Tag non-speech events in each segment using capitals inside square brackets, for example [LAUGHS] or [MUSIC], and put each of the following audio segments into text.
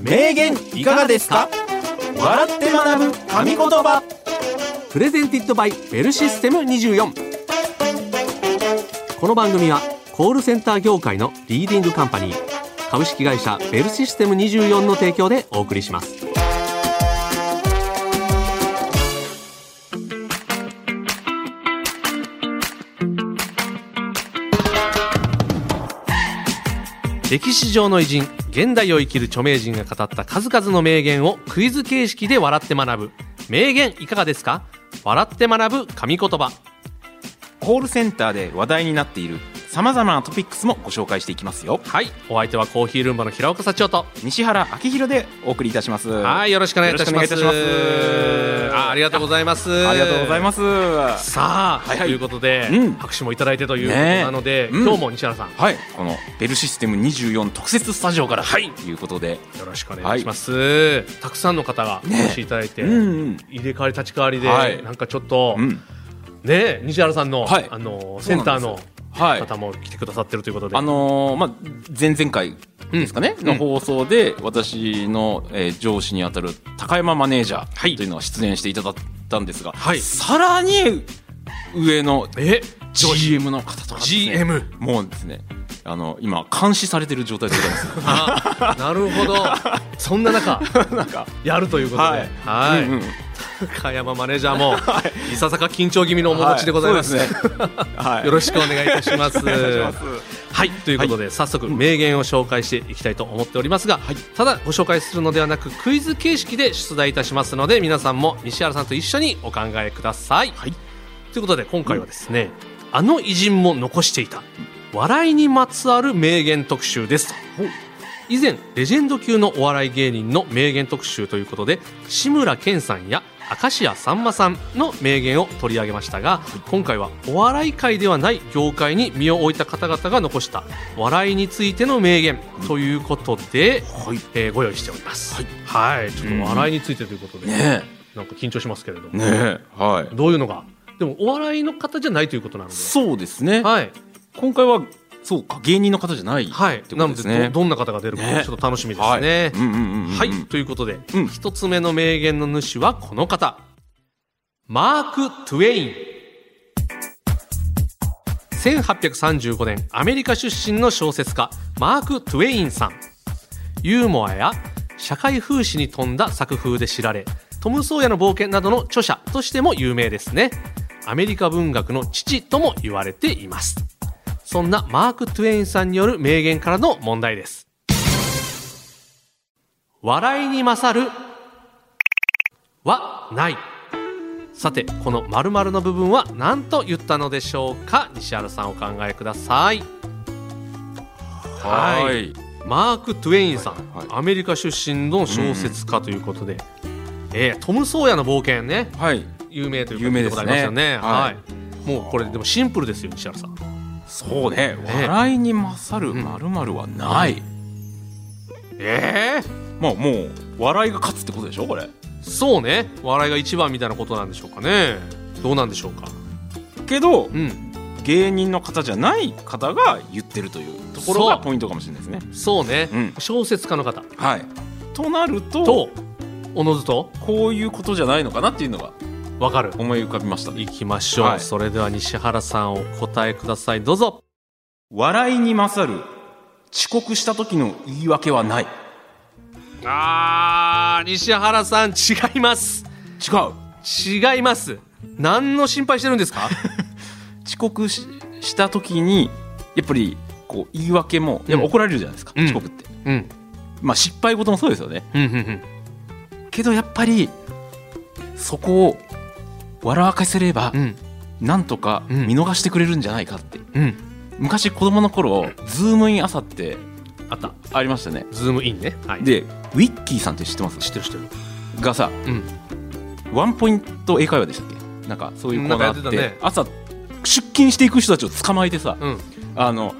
名言いかがですか笑って学ぶ神言葉プレゼンティッドバイベルシステム24この番組はコールセンター業界のリーディングカンパニー株式会社ベルシステム24の提供でお送りします歴史上の偉人現代を生きる著名人が語った数々の名言をクイズ形式で笑って学ぶ名言いかがですか笑って学ぶ神言葉コールセンターで話題になっているさまざまなトピックスもご紹介していきますよはいお相手はコーヒールンバの平岡社長と西原明宏でお送りいたしますはいよろしくお願いいたしますよろしくお願いいたしますあありがとうございますありがとうございますすさあ、はいはいということで、うん拍手もいただいてということなので、ねえうん今日も西原さん、はいこのベルシステム24特設スタジオからはいということでよろしくお願いします、たくさんの方がお越しいただいて、ねえうん入れ替わり立ち替わりで、はいなんかちょっと、うんねえ西原さんの,、はいあのそセうンなタんーでのすよはい方も来てくださってるということで、あのーまあ前々回ですかね、うんの放送で私の、えー上司にあたる高山マネージはャいーというのが出演していただいたんですが、はいさらに上のえ上司 GM の方とかですね GM もうですねあの今監視されてる状態でございますあなるほど [LAUGHS] そんな中やるということで、はいはいうんうん高山マネージャー [LAUGHS] も、いささか緊張気味のお戻しでございます,、はいそうですね [LAUGHS] はいよろしくお願いいたします。お願いしますはいということで、早速名言を紹介していきたいと思っておりますが、ただご紹介するのではなくクイズ形式で出題いたしますので皆さんも西原さんと一緒にお考えください。ということで今回はですね、あの偉人も残していた笑いにまつわる名言特集ですと。以前レジェンド級のお笑い芸人の名言特集ということで志村けんさんや明石家さんまさんの名言を取り上げましたが今回はお笑い界ではない業界に身を置いた方々が残した笑いについての名言ということで、はいえーご用意しておりますははいい、ちょっと笑いについてということで、ねなんか緊張しますけれども、えねえはいどういうのがでもお笑いの方じゃないということなのでそうですねはい今回はそうか芸人の方じゃないはいってこなとのでですどねどんな方が出るかねちょっと楽しみですね、はいうんうんうんうんはい、ということで、うん一つ目の名言の主はこの方。マーク・トゥエイン。1835年、アメリカ出身の小説家、マーク・トゥエインさん。ユーモアや社会風刺に富んだ作風で知られ、トム・ソーヤの冒険などの著者としても有名ですね。アメリカ文学の父とも言われています。そんなマーク・トゥエインさんによる名言からの問題です。笑いに勝るはないさてこの〇〇の部分は何と言ったのでしょうか西原さんお考えくださいははいいマーク・トゥエインさん、はいはいアメリカ出身の小説家ということで、えートム・ソーヤの冒険ねはい有名という有ことで名ですござねいますよねははいい、もうこれでもシンプルですよ西原さんそうねね笑いに勝るうんまるまるはないええまあもう笑いが勝つってことでしょこれそうね笑いが一番みたいなことなんでしょうかねどうなんでしょうかけどうん芸人の方じゃない方が言ってるというところがそうポイントかもしれないですねそうね、うん小説家の方はいとなるととおのずとこういうことじゃないのかなっていうのがわかる思い浮かびましたいきましょう、はいそれでは西原さんお答えくださいどうぞ笑いに勝る遅刻した時の言い訳はないあー西原さん違います違う違います何の心配してるんですか遅刻しした時にやっぱりこう言い訳もやっぱ怒られるじゃないですか、うん遅刻って [LAUGHS] うんまあ失敗事もそうですよねうんうんうんけどやっぱりそこを笑わかせればうんなんとか見逃してくれるんじゃないかってうん昔子供の頃ズームイン朝ってあったありましたねズームインねはいでウィッキーさんって知ってます知ってる知ってるがさうんワンポイント英会話でしたっけなんかそういうコーナーあってなんかやってたね朝出勤していく人たちを捕まえてさ、うんあの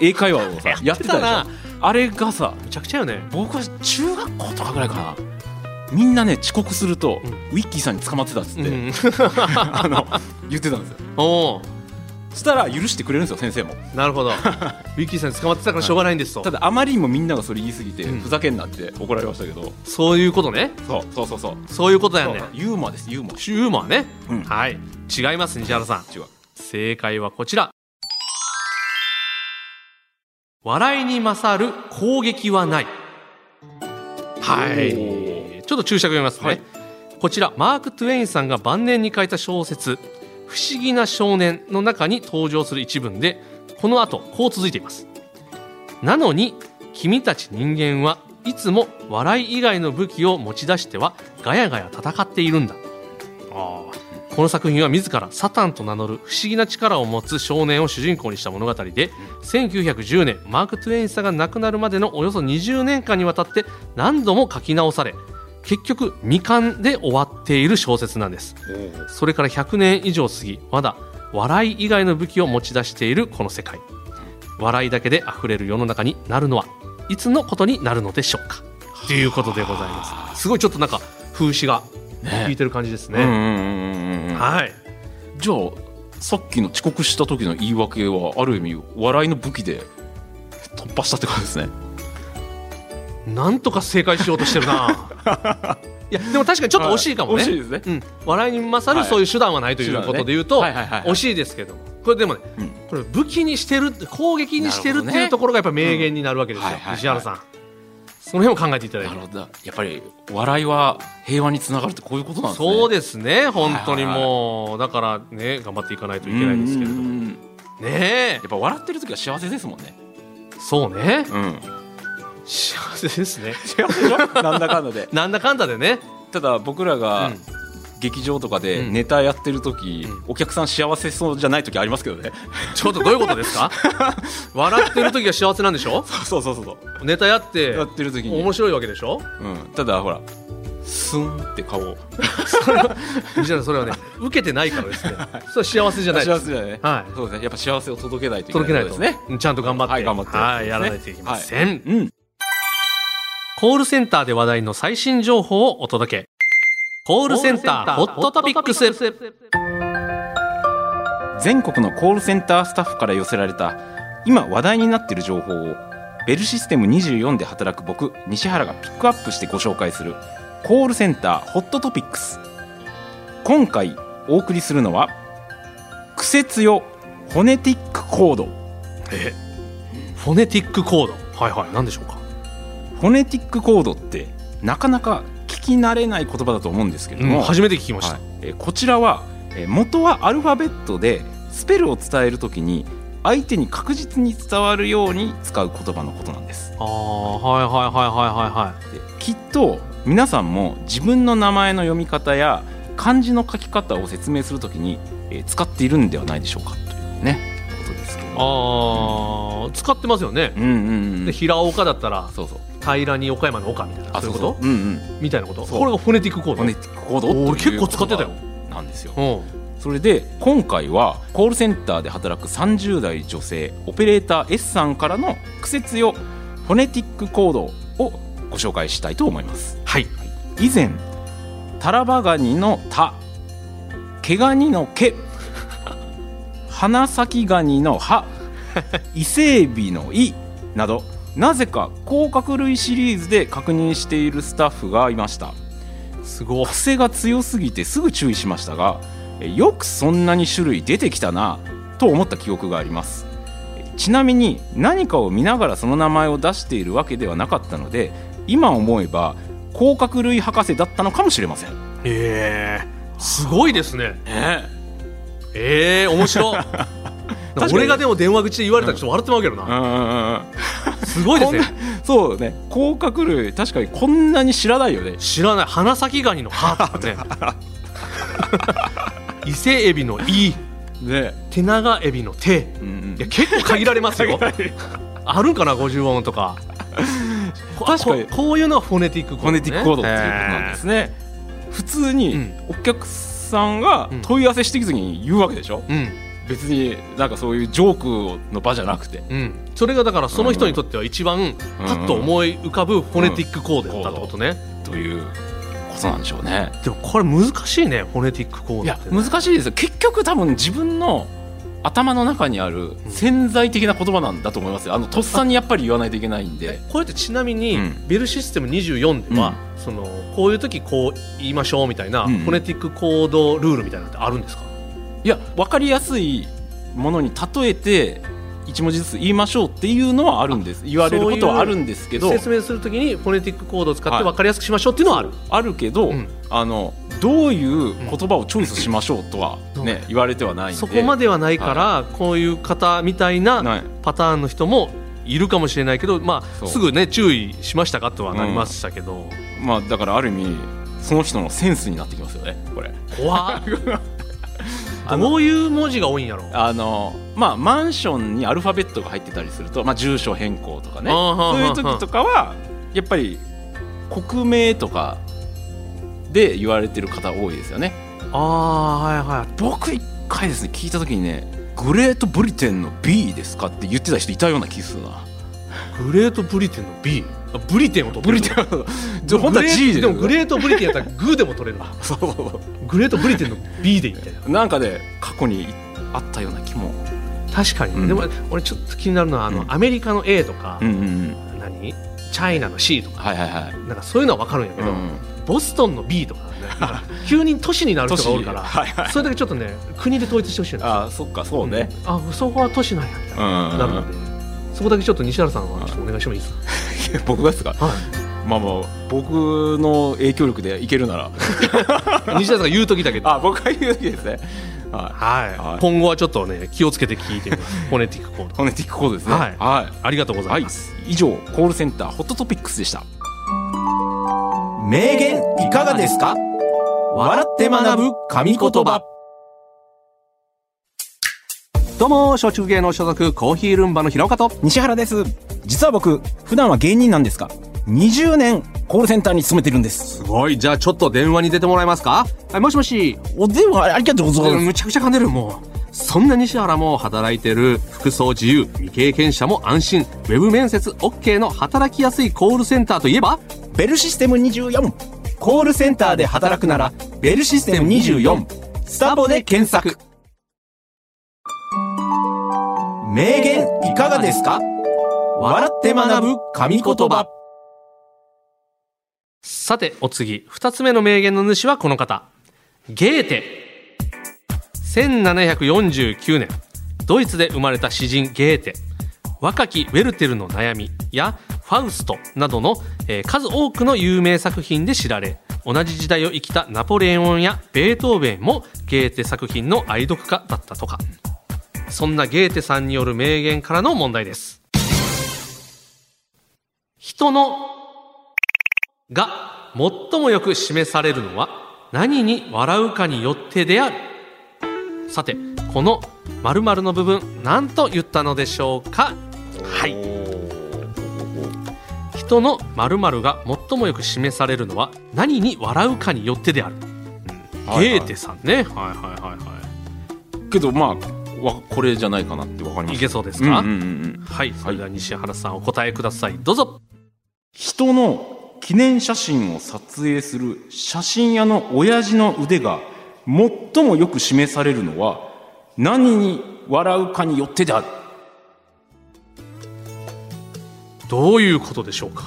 英会話をさややっっててたたでしなょあれがさめちゃくちゃよね僕は中学校とかぐらいかなみんなね遅刻すると、うん [LAUGHS] ウィッキーさんに捕まってたっつって、うんあの言ってたんですよ [LAUGHS] おおしたら許してくれるんですよ先生もなるほど [LAUGHS] ウィッキーさんに捕まってたからしょうがないんですと、ただあまりにもみんながそれ言い過ぎて、うんふざけんなって怒られましたけどそういうことねそうそうそうそうそういうことだよねそうユーモアですユーモアユーモアね、うんはい違います西原さん違う正解はこちら笑いに勝る攻撃はないはいおちょっと注釈読みますね、はいこちらマーク・トゥエインさんが晩年に書いた小説「不思議な少年」の中に登場する一文でこの後こう続いていますなのに君たち人間はいつも笑い以外の武器を持ち出してはガヤガヤ戦っているんだあーこの作品は自らサタンと名乗る不思議な力を持つ少年を主人公にした物語で1910年マーク・トゥエインさんが亡くなるまでのおよそ20年間にわたって何度も書き直され結局未完で終わっている小説なんですおそれから100年以上過ぎまだ笑い以外の武器を持ち出しているこの世界笑いだけで溢れる世の中になるのはいつのことになるのでしょうかということでございますすごいちょっとなんか風刺がね効いてる感じですうんうねんうんうんうんはいじゃあさっきの遅刻した時の言い訳はある意味笑いの武器で突破したってことですねなんとか正解しようとしてるな [LAUGHS] いやでも確かにちょっと惜しいかもね惜しいですねうん、笑いに勝るはいそういう手段はないということで言うと、手段はねはいはいはいはい惜しいですけどもこれでもね、うんこれ武器にしてる攻撃にしてるってなるほどいうねところがやっぱ名言になるわけですよ、うんはいはいはい石原さんその辺を考えていただいなてるほどやっぱり笑いは平和につながるってこういうことなんですねそうでですね本当にもう、だからね頑張っていかないといけないですけれどもねえやっぱ笑ってる時は幸せですもんねそうねうん幸せですね幸せでしょ [LAUGHS] なんだかんだでなんだかんだでね、ただ僕らうが、ん劇場とかでうんネタやってる時、うんお客さん幸せそうじゃない時ありますけどねちょっとどういうことですか笑ってる時が幸せなんでしょ [LAUGHS] そうそうそうそうネタや [LAUGHS] ってやってる時に面、白いわけでしょうん、ただほらスンって顔じゃあそれはね [LAUGHS] 受けてないからですねそれは幸せじゃない幸せだよね、はいそうですねやっぱ幸せを届けないといけない届けないとこですとですねねちゃんと頑張ってはい頑張ってはいやらないといけません、うんコールセンターで話題の最新情報をお届けコールセンターホットトピックス全国のコールセンタースタッフから寄せられた今話題になっている情報をベルシステム24で働く僕西原がピックアップしてご紹介するコールセンターホットトピックス今回お送りするのはクセ強ホネティックコードえフォネティックコードはいはい何でしょうかフォネティックコードってなかなか聞き慣れない言葉だと思うんですけれうどんも、初めて聞きました、はいえーこちらは、えー元はアルファベットでスペルを伝えるときに相手に確実に伝わるように使う言葉のことなんですああはいはいはいはいはいはいできっと皆さんも自分の名前の読み方や漢字の書き方を説明するときに、えー使っているんではないでしょうかというねことですけどもああ、使ってますよねう、んうんうんで平岡だったらそうそう平らに岡山の岡みたいなそういうことうんうんみたいなことそうこれがフォネティックコードフォネティックコードおー俺とい結う構使ってたよ言葉なんですようんそれで今回はコールセンターで働く30代女性オペレーター S さんからの苦節用フォネティックコードをご紹介したいと思いますはい以前タラバガニの「タ」毛ガニの「毛」花咲ガニの「葉」伊勢エビの「い」などなぜか甲殻類シリーズで確認しているスタッフがいましたすごい癖が強すぎてすぐ注意しましたがえよくそんなに種類出てきたなと思った記憶がありますえちなみに何かを見ながらその名前を出しているわけではなかったので今思えば甲殻類博士だったのかもしれませんええすごいですねえええ面 [LAUGHS] 白なんかかに俺がでも電話口で言われたらちょっと笑ってまうけどうな、んうんうん [LAUGHS] うんすごいですこんなねそうね甲殻類確かにこんなに知らないよね知らない花咲ガニの歯とか [LAUGHS] ね伊勢エビの「い」ね手長エビの「手うんうん」いや結構限られますよあるんかな50音とかこ確かにここういうのはフォネティックコーフォド、ね、ネティックコードっていうことなんですね、普通うにんお客さんが問い合わせしてきた時に言うわけでしょ、え別になんかそういうジョークの場じゃなくてえうんうんそれがだからその人にとっては一番パッと思い浮かぶフォネティックコードだったってことね、ということなんでしょうね。でもこれ難しいねフォネティックコードいやってね、難しいですよ結局多分自分の頭の中にある潜在的な言葉なんだと思いますよあのとっさにやっぱり言わないといけないんでこれってちなみに、うんベルシステム24では、そのこういう時こう言いましょうみたいな、うんフォネティック行動ルールみたいなのってあるんですかいや分かりやすいものに例えて一文字ずつ言いましょうっていうのはあるんです言われることはあるんですけど説明する時にフォネティック行動を使っはてい分かりやすくしましょうっていうのはある、あるけど、うんあのどういう言葉をチョイスしましょうとは、うんね言われてはないんでそこまではないから、こういう方みたいなないパターンの人もいるかもしれないけど、まそあ、うすぐね注意しましたかとはなりましたけど、まあだからある意味その人のセンスになってきますよねこれ怖っ [LAUGHS] あのどういう文字が多いんやろあのまあマンションにアルファベットが入ってたりすると、まあ、住所変更とかねあーはーそういうはーは時ーとかはやっぱり国名とかで言われてる方多いですよねああーはいはい僕一回ですね聞いた時にねグレートブリテンの B ですかって言ってた人いたような気するなグレートブリテンの B あブリテンを取ってブるリテン [LAUGHS] は本当は G ででもグーレートブリテンやったらグーでも取れるなそうそうグレートブリテンの B でいいみたいななんかね過去にあったような気も確かに、うんでも俺ちょっと気になるのはあの、うんアメリカの A とか、うんうんうん何チャイナの C とかはいはいはい、なんかそういうのは分かるんやけうど、んボストンの B とか,、ね、なんか急に都市になる人がおるから、都市はいはい [LAUGHS] それだけちょっとね国で統一してほしいなああそっかそうね、んあそこは都市なんやみたいうんうんうんな、なるのでそこだけちょっと西原さんはちょっとお願いしてもいい [LAUGHS] です僕がですかか、はまあまあ僕の影響力でいけるならい、西原さんが言う時だけあ僕が言うだけですねははい、はい今後はちょっとね気をつけて聞いてみますフォネティックコーいド [LAUGHS] 骨的コードですねはいはありがとうごいざいはまいす、以上コールセンターホットトピックスでした名言いかがですか笑って学ぶ神言葉どうも小中芸能所属コーヒールンバの平岡と西原です実は僕普段は芸人なんですが20年コールセンターに勤めてるんですすごいじゃあちょっと電話に出てもらえますかはいもしもしお電話ありがとうございますむちゃくちゃ噛んでるもうそんな西原も働いてる服装自由未経験者も安心ウェブ面接 OK の働きやすいコールセンターといえばベルシステム24コールセンターで働くならベルシステム24スタボで検索名言いかがですか笑って学ぶ神言葉さてお次2つ目の名言の主はこの方ゲーテ1749年ドイツで生まれた詩人ゲーテ若きウェルテルの悩みやファウストなどの、えー数多くの有名作品で知られ同じ時代を生きたナポレオンやベートーベンもゲーテ作品の愛読家だったとかそんなゲーテさんによる名言からの問題です人のが最もよく示されるのは何に笑うかによってであるさてこの〇〇の部分何と言ったのでしょうかはい人の〇〇が最もよく示されるのは何に笑うかによってである、うんはいはいゲーテさんねはいはいはいはけどまあわこれじゃないかなってわかりまいいしたけそうですか、うんうんうんうんはいそれでは西原さんお答えくださいどうぞ人の記念写真を撮影する写真屋の親父の腕が最もよく示されるのは何に笑うかによってであるどういうことでしょうか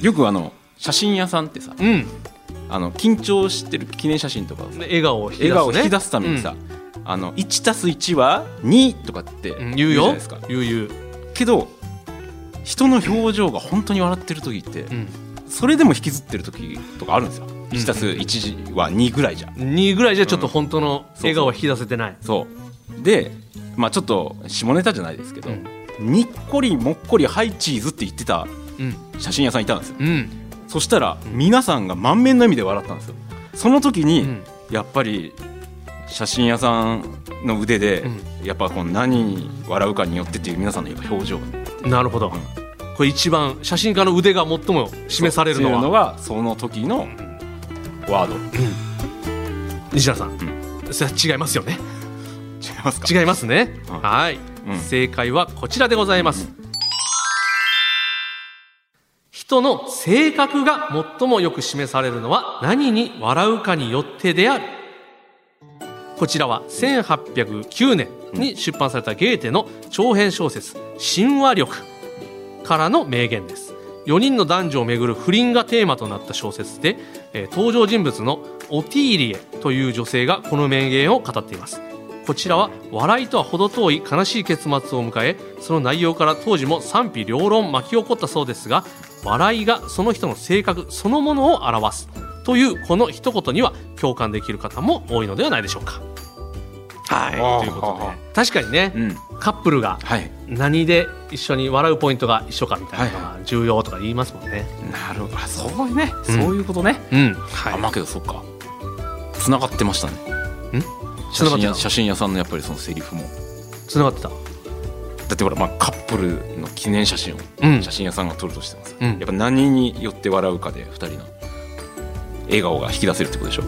よくあの写真屋さんってさうんあの緊張してる記念写真とかをさ笑顔を引き出す、ね、笑顔を引き出すためにさ、あの1たす1は2とかってうん、うん言言ううじゃないよですか、言う言うけど人の表情が本当に笑ってる時って、うんそれでも引きずってる時とかあるんですよん1たす1は2ぐらいじゃん、 2ぐらいじゃちょっと本当の笑顔は引き出せてない、そうでまあちょっと下ネタじゃないですけど、うんにっこりもっこりハイチーズって言ってたうん写真屋さんいたんですようんそしたら皆さんが満面の笑みで笑ったんですよその時に、うんやっぱり写真屋さんの腕で、やっぱこの何に笑うかによってっていう皆さんのやっぱ表情なるほど、これ一番写真家の腕が最も示されるのっはていうのがその時のワード、違い西田さん、それは違いますよねますか違いますね、うんはい、うん正解はこちらでございます、人の性格が最もよく示されるのは何に笑うかによってであるこちらは1809年に出版されたゲーテの長編小説「神話力」からの名言です4人の男女をめぐる不倫がテーマとなった小説で、えー登場人物のオティーリエという女性がこの名言を語っていますこちらは笑いとは程遠い悲しい結末を迎えその内容から当時も賛否両論巻き起こったそうですが笑いがその人の性格そのものを表すというこの一言には共感できる方も多いのではないでしょうか。はいということはあはあはで確かにね、うんカップルがはい何で一緒に笑うポイントが一緒かみたいなのが重要とか言いますもんね。なるほどあそういうね、うんそういうことね、うん、あまあけどそっか繋がってましたね写繋がっ真てた屋写真屋さんのやっぱりそのセリフもだつながってた。ってほらまあカップルの記念写真をうん写真屋さんが撮るとしてもさ、うんやっぱ何によって笑うかで2人の笑顔が引き出せるってことでしょ、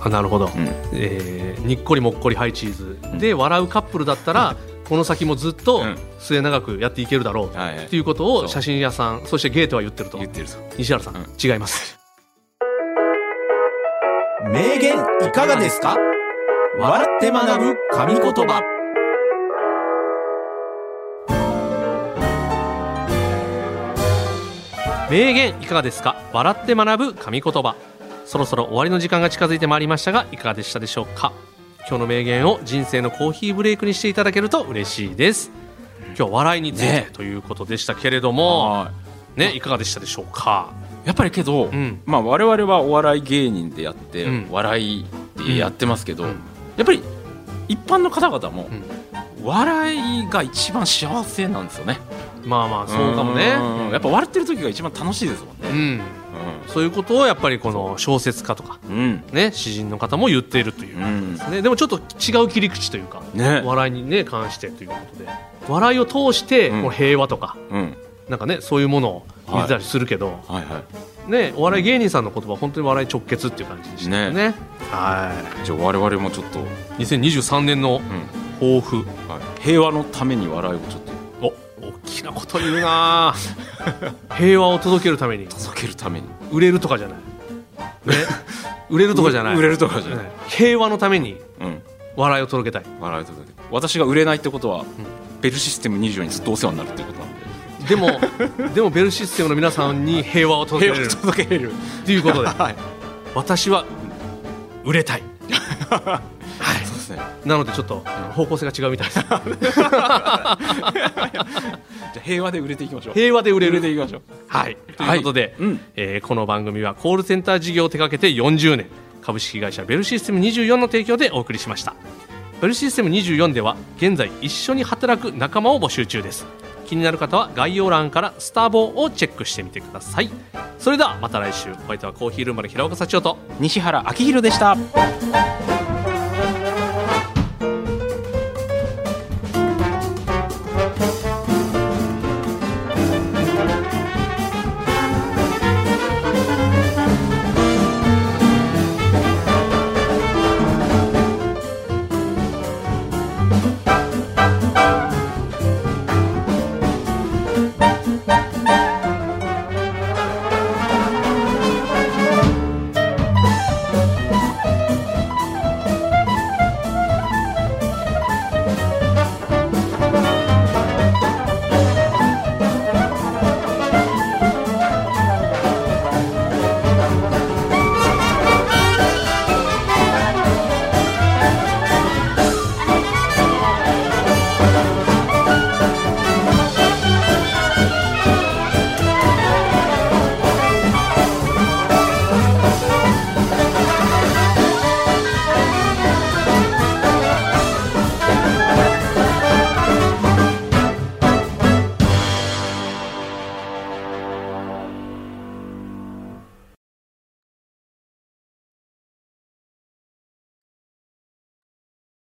あなるほど、うんえーにっこりもっこりハイチーズで笑うカップルだったら、この先もずっとうん末永くやっていけるだろうと、はいはいいうことそをう写真屋さんそしてゲートは言ってると言ってるさ西原さん、うん違います名言いかがですか笑って学ぶ神言葉名言いかがですか笑って学ぶ神言葉そろそろ終わりの時間が近づいてまいりましたがいかがでしたでしょうか今日の名言を人生のコーヒーブレイクにしていただけると嬉しいです今日笑いについてねということでしたけれどもはいねいかがでしたでしょうかやっぱりけど、んまあ、我々はお笑い芸人でやって、うん笑いでやってますけど、うんやっぱり一般の方々も、う笑いが一番幸せなんですよねまあまあそうかもねうんやっぱ笑ってる時が一番楽しいですもんうねんそういうことをやっぱりこの小説家とか、うん、うんね、詩人の方も言っているという、うんね、でもちょっと違う切り口というか、ね笑いに、ね、関してということで笑いを通してうんこう平和とか,、うんなんかね、そういうものを見てたりするけど、はいはね、お笑い芸人さんの言葉は本当に笑い直結っていう感じでしたよね。はいじゃあ我々もちょっと、うんい2023年の抱負はい平和のために笑いをちょっとお大きなこと言うなぁ平和を届けるために届けるために売れるとかじゃ [LAUGHS] ない、ね、売れるとかじゃない売れるとかじゃない、ね平和のためにうん笑いを届けたい笑いとだけ私が売れないってことは、ベルシステム24にずっとお世話になるってことなんででもでもベルシステムの皆さんに平和を届け平ら和れをる届けれるということで、はい私は売れたいそうですねなのでちょっと方向性が違うみたいで [LAUGHS] すじゃあ平和で売れていきましょう平和で売れ売れるていきましょうはいということで、うんえーこの番組はコールセンター事業を手掛けて40年株式会社ベルシステム24の提供でお送りしましたベルシステム24では現在一緒に働く仲間を募集中です気になる方は概要欄からスターボーをチェックしてみてくださいそれではまた来週お相手はコーヒールームの平岡幸男と西原明宏でした